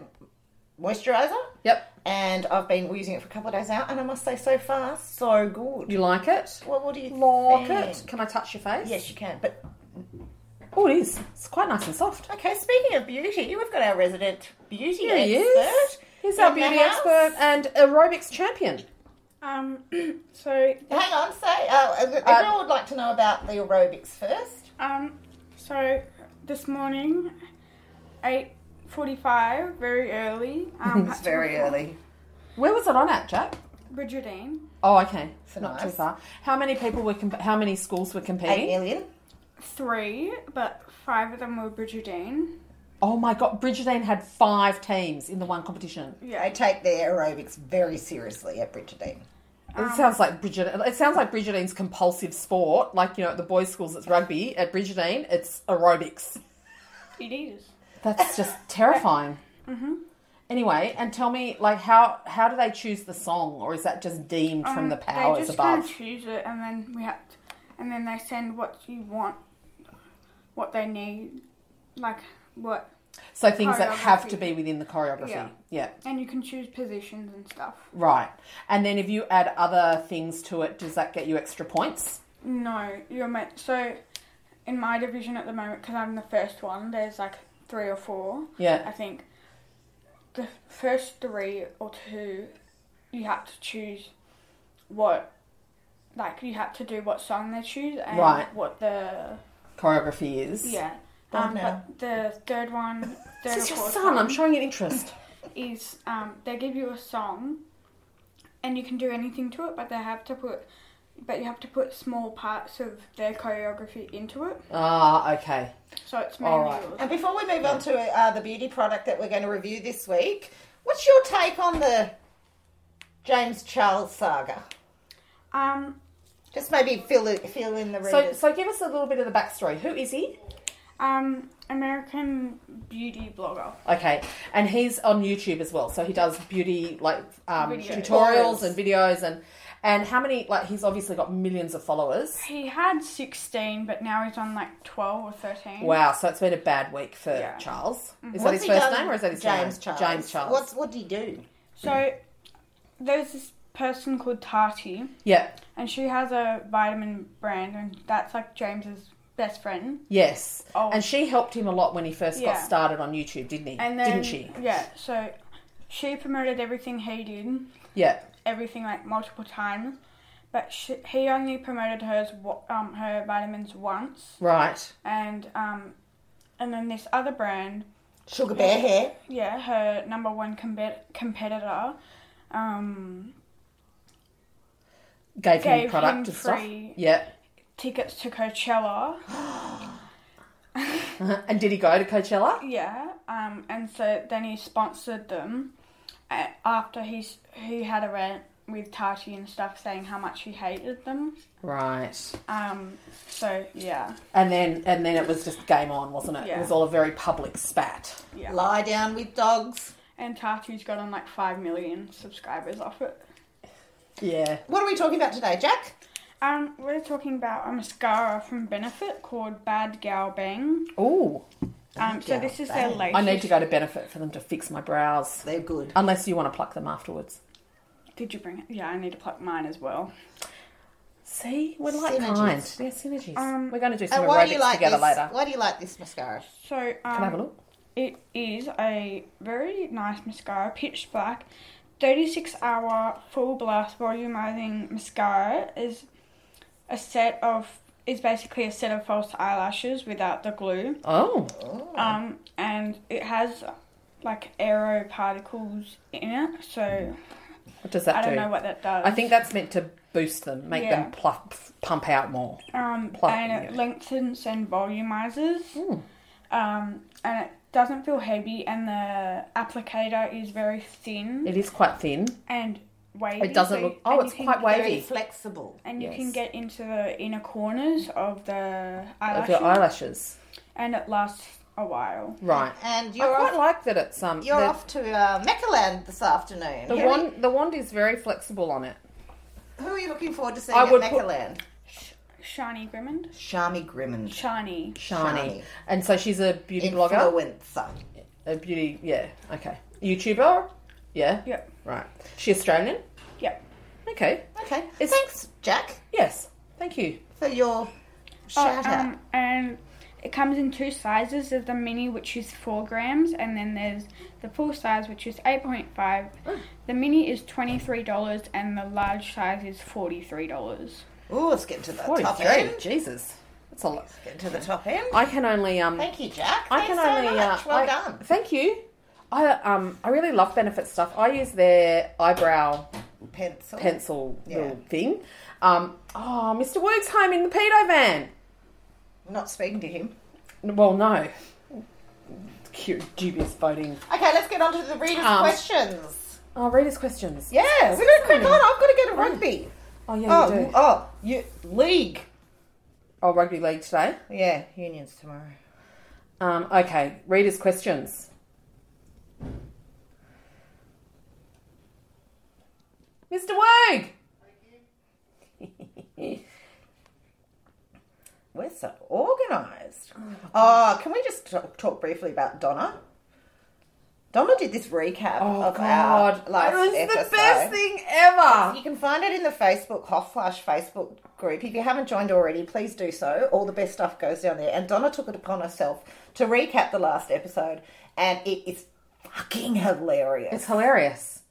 moisturizer.
Yep,
And I've been using it for a couple of days now, and I must say, so far, so good.
you like it?
Well, what do you
Like
think?
it? Can I touch your face?
Yes, you can. But
Oh, it is. It's quite nice and soft.
okay, speaking of beauty, we've got our resident beauty
Here
expert.
he is. He's our
in the
beauty
house.
expert and aerobics champion.
Um, so
Hang on, say uh, everyone would like to know about the aerobics first.
um, so this morning, eight forty-five, very early. Um, had to record
early.
Where was it on at, Jack?
Bridgerton,
Oh, okay. Not too
nice.
far. How many people were? Comp- how many schools were
Eight
competing?
million.
three, but five of them were Bridgerton.
Oh my God! Bridgerton had five teams in the one competition.
They take their aerobics very seriously at Bridgerton.
Um,
it sounds like Bridget. It sounds like Bridgerton's compulsive sport. Like you know, at the boys' schools it's rugby. At Bridgerton, it's aerobics.
It is.
That's just terrifying. mm-hmm. Anyway, and tell me, like, how how do they choose the song, or is that just deemed from the powers
Um, they just
above?
Kind of choose it, and then we have, to, and then they send what you want, what they need, like what,
So things that have to
Choreography.
be within the choreography.
Yeah.
yeah.
and you can choose positions and stuff.
Right. And then if you add other things to it, does that get you extra points?
No, you're meant. So, in my division at the moment, because I'm the first one, there's like three or four.
Yeah.
I think the first three or two, you had to choose what, like, you had to do what song they choose and
Right.
what the.
Choreography is.
Yeah.
Done
Um,
now.
but the third one, third
This is
or
your
fourth
son. I'm
one
showing an interest.
is um, they give you a song, and you can do anything to it, but they have to put, but you have to put small parts of their choreography into it.
Ah, okay.
So it's
All
mainly
right.
yours.
And before we move on to uh, the beauty product that we're going to review this week, what's your take on the James Charles saga?
Um,
Just maybe fill it, fill in the
So,
readers.
so give us a little bit of the backstory. Who is he?
um, American beauty blogger.
Okay, and he's on YouTube as well. So he does beauty like um,
Videos.
tutorials and videos and and how many? Like he's obviously got millions of followers.
He had 16, but now he's on like 12 or 13.
Wow, so it's been a bad week for
Yeah.
Charles. Is that
What's
his
he
first
done-
name or is that his
James
surname?
Charles?
James Charles.
What's what did he do?
So there's this person called Tati,
Yeah.
and she has a vitamin brand, and that's like James's best friend.
Yes.
Oh.
And she helped him a lot when he first
Yeah.
got started on YouTube, didn't he?
And then,
didn't she?
Yeah, so she promoted everything he did,
Yeah.
everything like multiple times. But she, he only promoted hers, wa- um, her vitamins once,
Right.
and um, and then this other brand
Sugar bear hair.
yeah, her number one combe- competitor um,
Gave, him
Gave
product
him
and stuff.
free-
Yeah.
tickets to Coachella.
And did he go to Coachella?
Yeah, um, and so then he sponsored them a- after he's he had a rant with Tati and stuff saying how much he hated them.
Right.
Um, so yeah,
And then and then it was just game on, wasn't it? It
Yeah.
was all a very public spat.
yeah.
Lie down with dogs.
and Tati's got on like five million subscribers off it.
Yeah.
What are we talking about today, Jack?
Um, we're talking about a mascara from Benefit called Bad Gal Bang.
Ooh.
Um, so
Gal
this is their
Bang.
latest.
I need to go to benefit for them to fix my brows.
They're good.
Unless you want to pluck them afterwards.
Did you bring it? Yeah, I need to pluck mine as well.
See, we're like
Synergies.
kind. Yeah, synergies.
Um,
we're going to do some
And why
aerobics
do you like
together
this?
later.
Why do you like this mascara?
So um,
Can I have a look?
It is a very nice mascara, pitch black, 36 hour full blast volumizing mascara is a set of is basically a set of false eyelashes without the glue.
Oh.
Um, and it has like aero particles in it, so
What does that
I
do?
don't know what that does.
I think that's meant to boost them, make
Yeah.
them pluff, pump out more.
um,
pluck
and
in
it
it. Hmm.
lengthens and volumizes. Um, and it doesn't feel heavy, and the applicator is very thin.
It is quite thin.
and wavy.
It doesn't
so-
look.
and
Oh, it's
you can
quite
get-
Very
wavy.
flexible.
And you can
Yes.
get into the inner corners of the
Of
eyelashes,
your eyelashes,
and it lasts a while.
right?
And
I
you're
quite
off.
like that. It's um.
You're
the,
off to uh, Mechaland this afternoon.
The
Who-
wand. The wand is very flexible on it.
Who are you looking forward to seeing
I
at
would put-
Mechaland?
Shiny Grimmond,
Shami Grimmond,
shiny.
Shiny.
Shiny.
And so she's a beauty blogger.
influencer.
A beauty. Yeah. Okay. YouTuber. Yeah.
Yep,
Right. She Australian.
yep.
Okay.
Okay,
It's- Uh,
thanks, Jack,
Yes. Thank you.
for your shout out.
um, and it comes in two sizes. There's the mini, which is four grams, and then there's the full size, which is eight point five.
Oh.
The mini is twenty three dollars, and the large size is forty three dollars.
Ooh, let's get to the top
Forty-three.
end.
Jesus. That's a lot.
Get to the top end.
I can only um.
Thank you, Jack.
I can
Thanks so
only.
much.
Uh,
well
I-
done.
Thank you. I um. I really love benefit stuff. I use their eyebrow
Pencil.
pencil
Yeah.
little thing. Um. Oh, Mr. Works home in the pedo van.
I'm not speaking to him.
Well, no. Cu- Dubious voting.
Okay, let's get on to the readers'
Um,
questions.
Oh, readers' questions.
Yeah, we're going to quick on. I've got to go to rugby.
Oh, yeah, you
Oh,
do.
oh, you, league.
Oh, rugby league today.
Yeah, unions tomorrow.
Um, okay, readers' questions. Mr. Wag!
We're so organised. Oh, can we just talk, talk briefly about Donna? Donna did this recap
Oh,
of
God.
our last
it was
episode.
the best thing ever.
You can find it in the Facebook Hot Flash Facebook group. If you haven't joined already, please do so. All the best stuff goes down there. And Donna took it upon herself to recap the last episode, and it is fucking hilarious.
It's hilarious.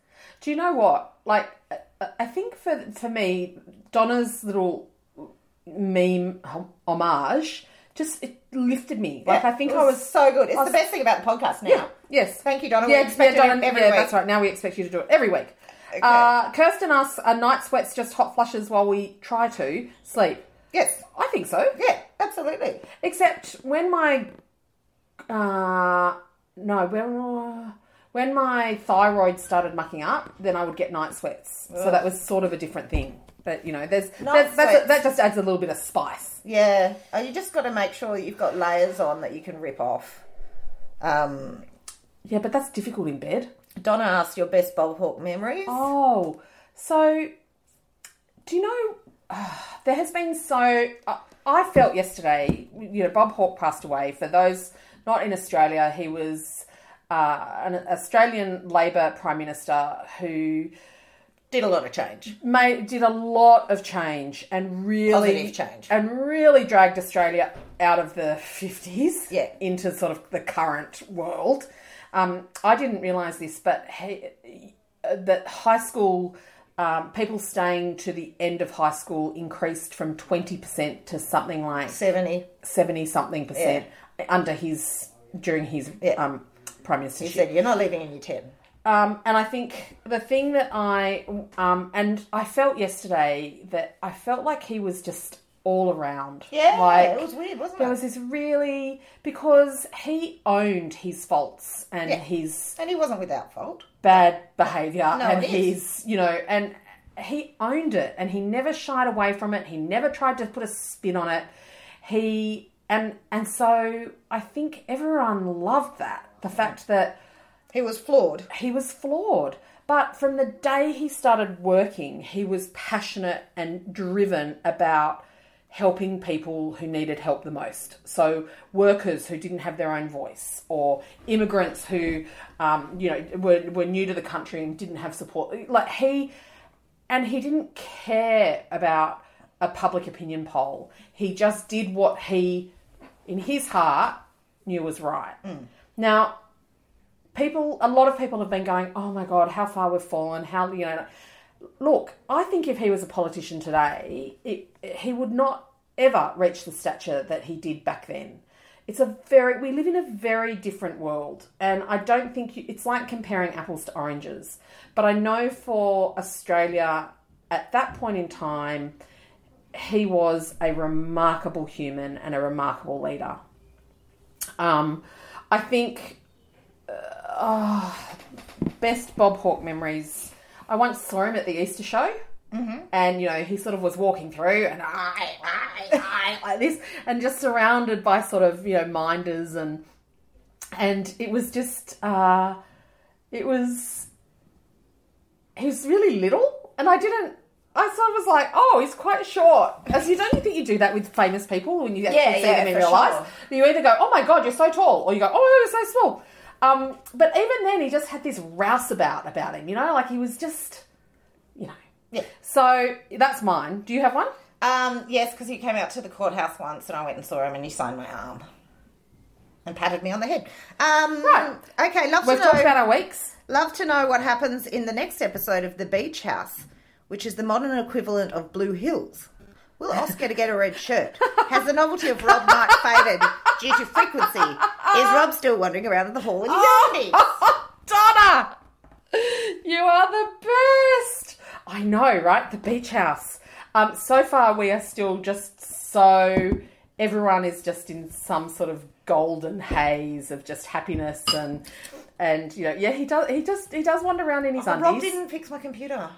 Do you know what? Like, I- I think for for me, Donna's little meme hom- homage just it lifted me. Like, I think
it
I was.
so good. It's
I was-
the best thing about the podcast now.
Yeah. Yes.
Thank you, Donna. We
Yeah,
expected
yeah, Donna,
it every
yeah,
week.
that's right. Now we expect you to do it every week.
Okay.
Uh, Kirsten asks, "Are night sweats just hot flushes while we try to sleep?"
Yes.
I think so.
Yeah, absolutely.
Except when my uh no when when my thyroid started mucking up, then I would get night sweats. So that was sort of a different thing. But you know, there's that's, that's
sweats.
that just adds a little bit of spice.
Yeah. Oh, you just got to make sure that you've got layers on that you can rip off. Um,
Yeah, but that's difficult in bed.
Donna asked your best Bob Hawk memories.
Oh, so do you know? there has been so. I I felt yesterday, you know, Bob Hawke passed away. For those not in Australia, he was uh, an Australian Labor Prime Minister who
Did a lot of change.
made did a lot of change and really
Positive change.
and really dragged Australia out of the fifties
Yeah.
into sort of the current world. Um, I didn't realise this, but he, uh, that high school um, people staying to the end of high school increased from twenty percent to something like
70.
70 something percent under his during his
Yeah.
um prime
He
ministership
said, You're not leaving in your 10.
um and i think the thing that i um and i felt yesterday that i felt like he was just all around
Yeah,
like
it was weird, wasn't
there
it?
was this really because he owned his faults and
Yeah.
his
and he wasn't without fault.
bad behavior
No,
and
it is.
he's you know and he owned it and he never shied away from it he never tried to put a spin on it he and and so i think everyone loved that the fact that
He was flawed.
he was flawed but from the day he started working he was passionate and driven about helping people who needed help the most so workers who didn't have their own voice or immigrants who um, you know were, were new to the country and didn't have support like he and he didn't care about a public opinion poll he just did what he in his heart knew was right now people a lot of people have been going oh my god how far we've fallen how you know look i think if he was a politician today it, he would not ever reach the stature that he did back then it's a very we live in a very different world and i don't think you, it's like comparing apples to oranges but i know for australia at that point in time he was a remarkable human and a remarkable leader um, I think uh, best Bob Hawke memories. I once saw him at the Easter show. And you know he sort of was walking through and I, I, I like this, and just surrounded by sort of you know minders and and it was just uh, it was he was really little, and I didn't. I sort of was like, oh, he's quite short. As you don't you think you do that with famous people when you actually
Yeah,
see
yeah,
them in
for
real
sure.
life? You either go, oh my god, you're so tall, or you go, oh, you're so small. Um, but even then, he just had this rouseabout about him, you know, like he was just, you know.
Yeah.
So that's mine. Do you have one?
Um, yes, because he came out to the courthouse once, and I went and saw him, and he signed my arm and patted me on the head. Um,
Right.
Okay. Love
We've
to
talked
know.
about our weeks.
love to know what happens in the next episode of The Beach House, which is the modern equivalent of Blue Hills. Will Oscar to get a red shirt? Has the novelty of Rob Knight faded due to frequency? Is Rob still wandering around the hall in his
Oh.
undies?
Donna, you are the best. I know, right? The beach house. Um, so far, we are still just so. Everyone is just in some sort of golden haze of just happiness and and you know yeah he does he just he does wander around in his undies.
Rob didn't fix my computer.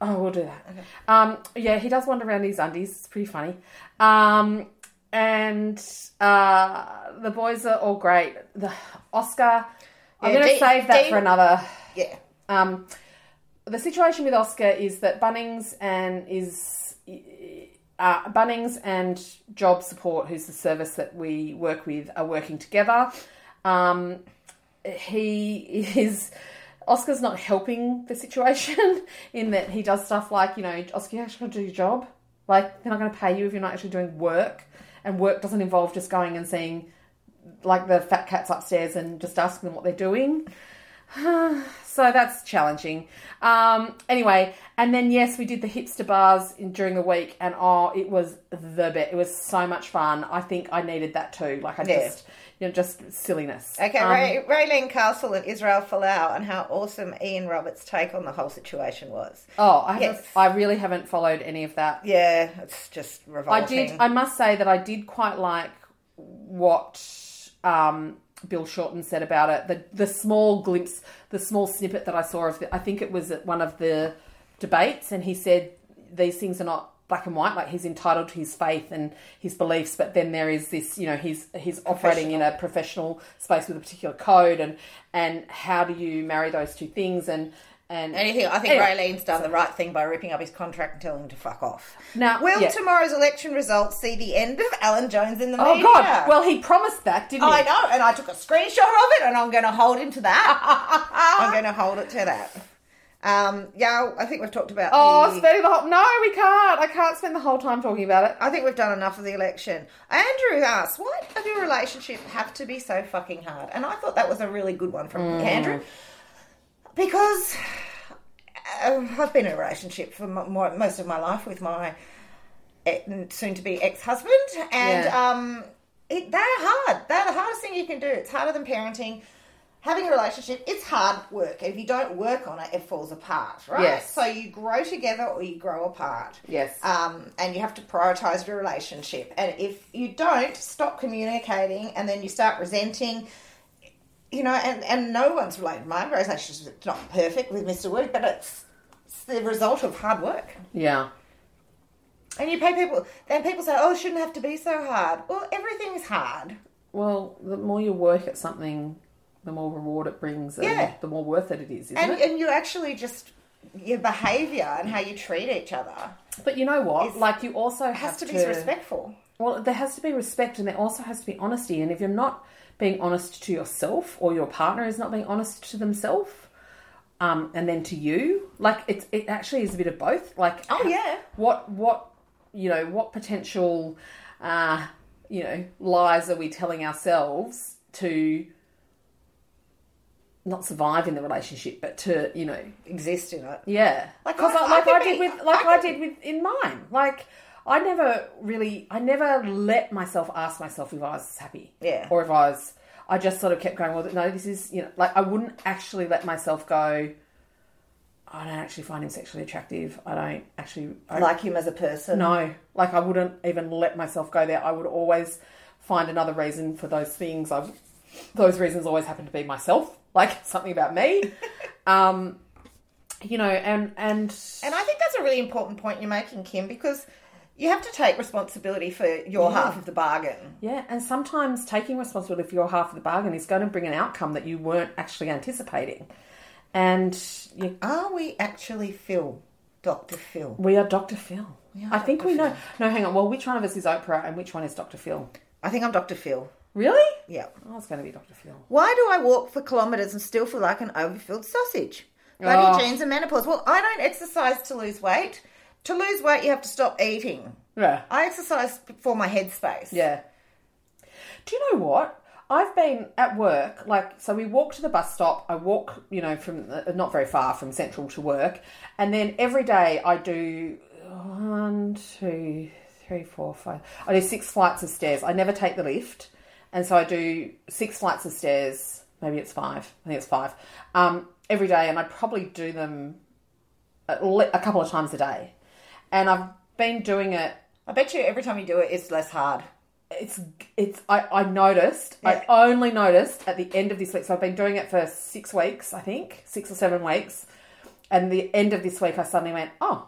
Oh, we'll do that. Um, yeah, he does wander around in his undies. It's pretty funny. Um, and uh, the boys are all great. The Oscar, I'm
Yeah,
going
Dee-
to save that
Dee-
for another.
Yeah.
Um, the situation with Oscar is that Bunnings and is uh, Bunnings and Job Support, who's the service that we work with, are working together. Um, he is Oscar's not helping the situation in that he does stuff like you know Oscar, you're actually going to do your job. Like they're not going to pay you if you're not actually doing work, and work doesn't involve just going and seeing like the fat cats upstairs and just asking them what they're doing. So that's challenging. Um, anyway, and then yes, we did the hipster bars in, during the week, and oh, it was the bit. It was so much fun. I think I needed that too. Like I
Yeah.
just, you know, just silliness.
Okay,
Um,
Ray, Raylene Castle and Israel Folau and how awesome Ian Roberts' take on the whole situation was.
Oh, I haven't,
Yes.
I really haven't followed any of that.
Yeah, it's just
I
revolting.
did. I must say that I did quite like what um, Bill Shorten said about it. The the small glimpse, the small snippet that I saw of. The, I think it was at one of the debates, and he said these things are not black and white. Like he's entitled to his faith and his beliefs, but then there is this. You know, he's he's operating in a professional space with a particular code, and and how do you marry those two things? And and
Anything, I think
Anyway.
Raylene's done the right thing by ripping up his contract and telling him to fuck off.
Now-
will
yeah.
tomorrow's election results see the end of Alan Jones in the
Oh
media?
God! Well, he promised that, didn't he?
I know, and I took a screenshot of it, and I'm going to hold him to that. I'm going to hold it to that. Um, yeah, I think we've talked about.
Oh,
the-
spending the whole no, we can't. I can't spend the whole time talking about it.
I think we've done enough of the election. Andrew asks, why does your relationship have to be so fucking hard? And I thought that was a really good one from
Mm.
Andrew. Because uh, I've been in a relationship for mo mo- most of my life with my soon to be ex husband, and
Yeah.
um, it, they're hard. They're the hardest thing you can do. It's harder than parenting. Having a relationship, it's hard work. If you don't work on it, it falls apart, right?
Yes.
So you grow together or you grow apart
Yes.
um, and you have to prioritize your relationship. And if you don't, stop communicating, and then you start resenting. You know, and and no one's related. My relationship's not perfect with Mister Wood, but it's, it's the result of hard work.
Yeah.
And you pay people. Then people say, "Oh, it shouldn't have to be so hard." Well, everything is hard.
Well, the more you work at something, the more reward it brings, and
Yeah.
the more worth it it is, isn't
And
it?
and you actually just your behaviour and how you treat each other
But you know what?
It's-
Like you also
has
have
to, be respectful.
Well, there has to be respect, and there also has to be honesty. And if you're not being honest to yourself, or your partner is not being honest to themselves, um, and then to you, like it's it actually is a bit of both. Like
Oh, yeah.
what what you know what potential uh, you know lies are we telling ourselves to not survive in the relationship, but to you know
Exist in it.
yeah,
Like,
because
I-
I, like
I
I,
could
did
be-
with like
I
I,
could-
did with in mine. Like I never really, I never let myself ask myself if I was happy,
Yeah.
or if I was. I just sort of kept going. Well, no, this is you know, like I wouldn't actually let myself go. I don't actually find him sexually attractive. I don't actually I,
Like him as a person.
no, like I wouldn't even let myself go there. I would always find another reason for those things. I those reasons always happen to be myself, like something about me. um, you know, and and
And I think that's a really important point you're making, Kim, because you have to take responsibility for your half of the bargain.
yeah, and sometimes taking responsibility for your half of the bargain is going to bring an outcome that you weren't actually anticipating. And you
Are we actually Phil, Dr. Phil?
We are Dr. Phil.
are
I think
Dr.
we know. No, hang on. Well, which one of us is Oprah and which one is Dr. Phil?
I think I'm Dr. Phil.
Really?
Yeah.
Oh, it's going to be Dr. Phil.
Why do I walk for kilometres and still feel like an overfilled sausage? Bloody
Oh.
jeans and menopause. Well, I don't exercise to lose weight. To lose weight, you have to stop eating.
Yeah.
I exercise for my headspace.
Yeah. Do you know what? I've been at work, like, so we walk to the bus stop. I walk, you know, from uh, not very far from Central to work. And then every day I do one, two, three, four, five. I do six flights of stairs. I never take the lift. And so I do six flights of stairs. Maybe it's five. I think it's five. Um, every day. And I probably do them a, le- a couple of times a day. And I've been doing it
I bet you every time you do it, it's less hard.
it's it's I, I noticed
Yeah.
I only noticed at the end of this week so I've been doing it for six weeks I think six or seven weeks and the end of this week I suddenly went oh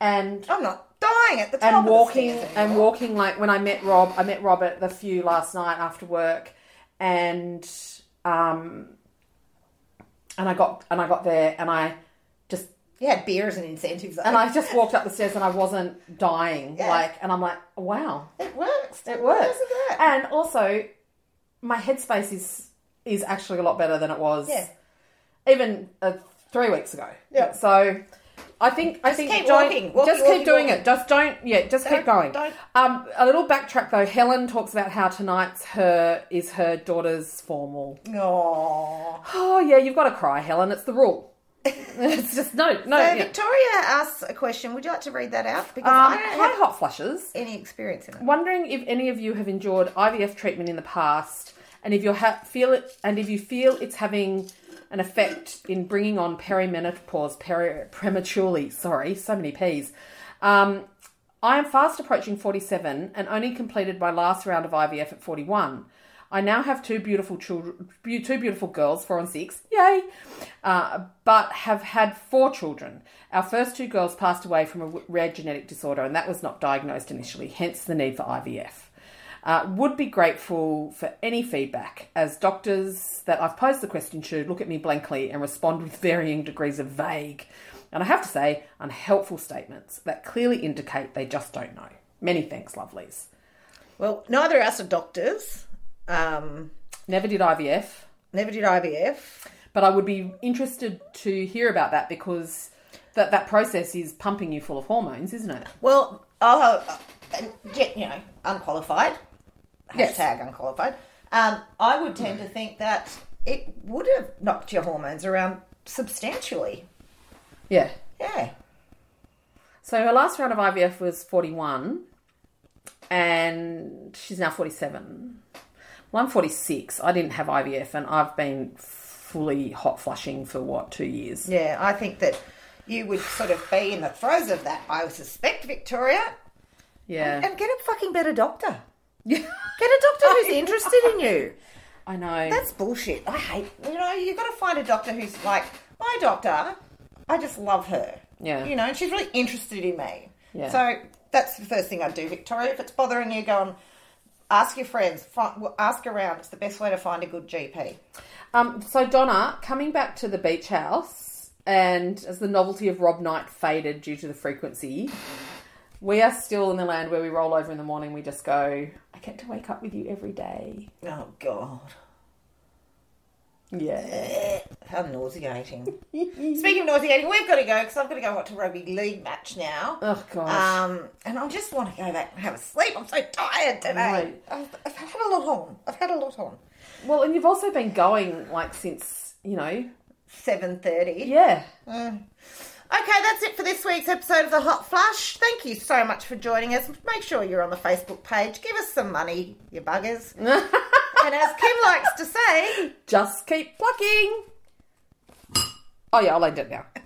and
I'm not dying at the top
and
of
walking
the stairs
and
anymore.
walking like when I met Rob I met Rob at the few last night after work and um and I got and I got there and I just
You had beer as an incentive, though.
and I just walked up the stairs and I wasn't dying
Yeah.
like and I'm like wow
it works. It
works.
Look at that.
And also, my headspace is is actually a lot better than it was
Yeah.
even uh, three weeks ago.
Yeah.
So I think I think
keep
don't-
walking, walking,
just
walking,
keep doing
walking.
it. Just don't yeah. Just
Don't-
keep going.
don't-
Um, a little backtrack though. Helen talks about how tonight's her is her daughter's formal.
Aw.
Oh yeah, you've got to cry, Helen. It's the rule. it's just no no.
So
yeah.
Victoria asks a question. Would you like to read that out? Because
Um,
I don't
hi,
have
hot flushes.
any experience in it.
wondering if any of you have endured IVF treatment in the past, and if you ha- feel it, and if you feel it's having an effect in bringing on perimenopause peri- prematurely. Sorry, so many p's. Um, I am fast approaching 47 and only completed my last round of IVF at 41. I now have two beautiful children, beau- two beautiful girls, four and six, yay! Uh, but have had four children. Our first two girls passed away from a w- rare genetic disorder, and that was not diagnosed initially, hence the need for IVF. Uh, would be grateful for any feedback, as doctors that I've posed the question to look at me blankly and respond with varying degrees of vague, and I have to say, unhelpful statements that clearly indicate they just don't know. Many thanks, lovelies.
Well, neither of us are doctors. Um,
Never did IVF,
never did IVF.
but I would be interested to hear about that because that, that process is pumping you full of hormones, isn't it?
Well, I'll have, and, you know, unqualified. Hashtag
Yes.
unqualified. Um, I would tend to think that it would have knocked your hormones around substantially.
Yeah.
Yeah.
So her last round of IVF was 41, and she's now 47. Well, I'm 46. I didn't have IVF, and I've been fully hot flushing for what, two years?
Yeah, I think that you would sort of be in the throes of that. I suspect, Victoria.
Yeah.
And get a fucking better doctor.
Yeah.
Get a doctor who's interested in you.
I know.
Oh, That's bullshit. I hate. You know, you got to find a doctor who's like my doctor. I just love her.
Yeah.
You know, and she's really interested in me.
Yeah.
So that's the first thing I do, Victoria. If it's bothering you, go and ask your friends. Fi- well, ask around. It's the best way to find a good GP.
Um, so Donna, coming back to the beach house, and as the novelty of Rob Knight faded due to the frequency, we are still in the land where we roll over in the morning. We just go. I get to wake up with you every day.
Oh God,
Yeah.
how nauseating. Speaking of nauseating, we've got to go because I've got to go watch a rugby league match now.
Oh gosh.
Um, and I just want to go back and have a sleep. I'm so tired today.
Right.
I've, I've had a lot on. I've had a lot on.
well, and you've also been going like since you know.
Seven thirty. Uh,
Yeah.
Okay, that's it for this week's episode of The Hot Flush. Thank you so much for joining us. Make sure you're on the Facebook page. Give us some money, you buggers. and as Kim likes to say,
Just keep plucking. Oh yeah, I'll end it now.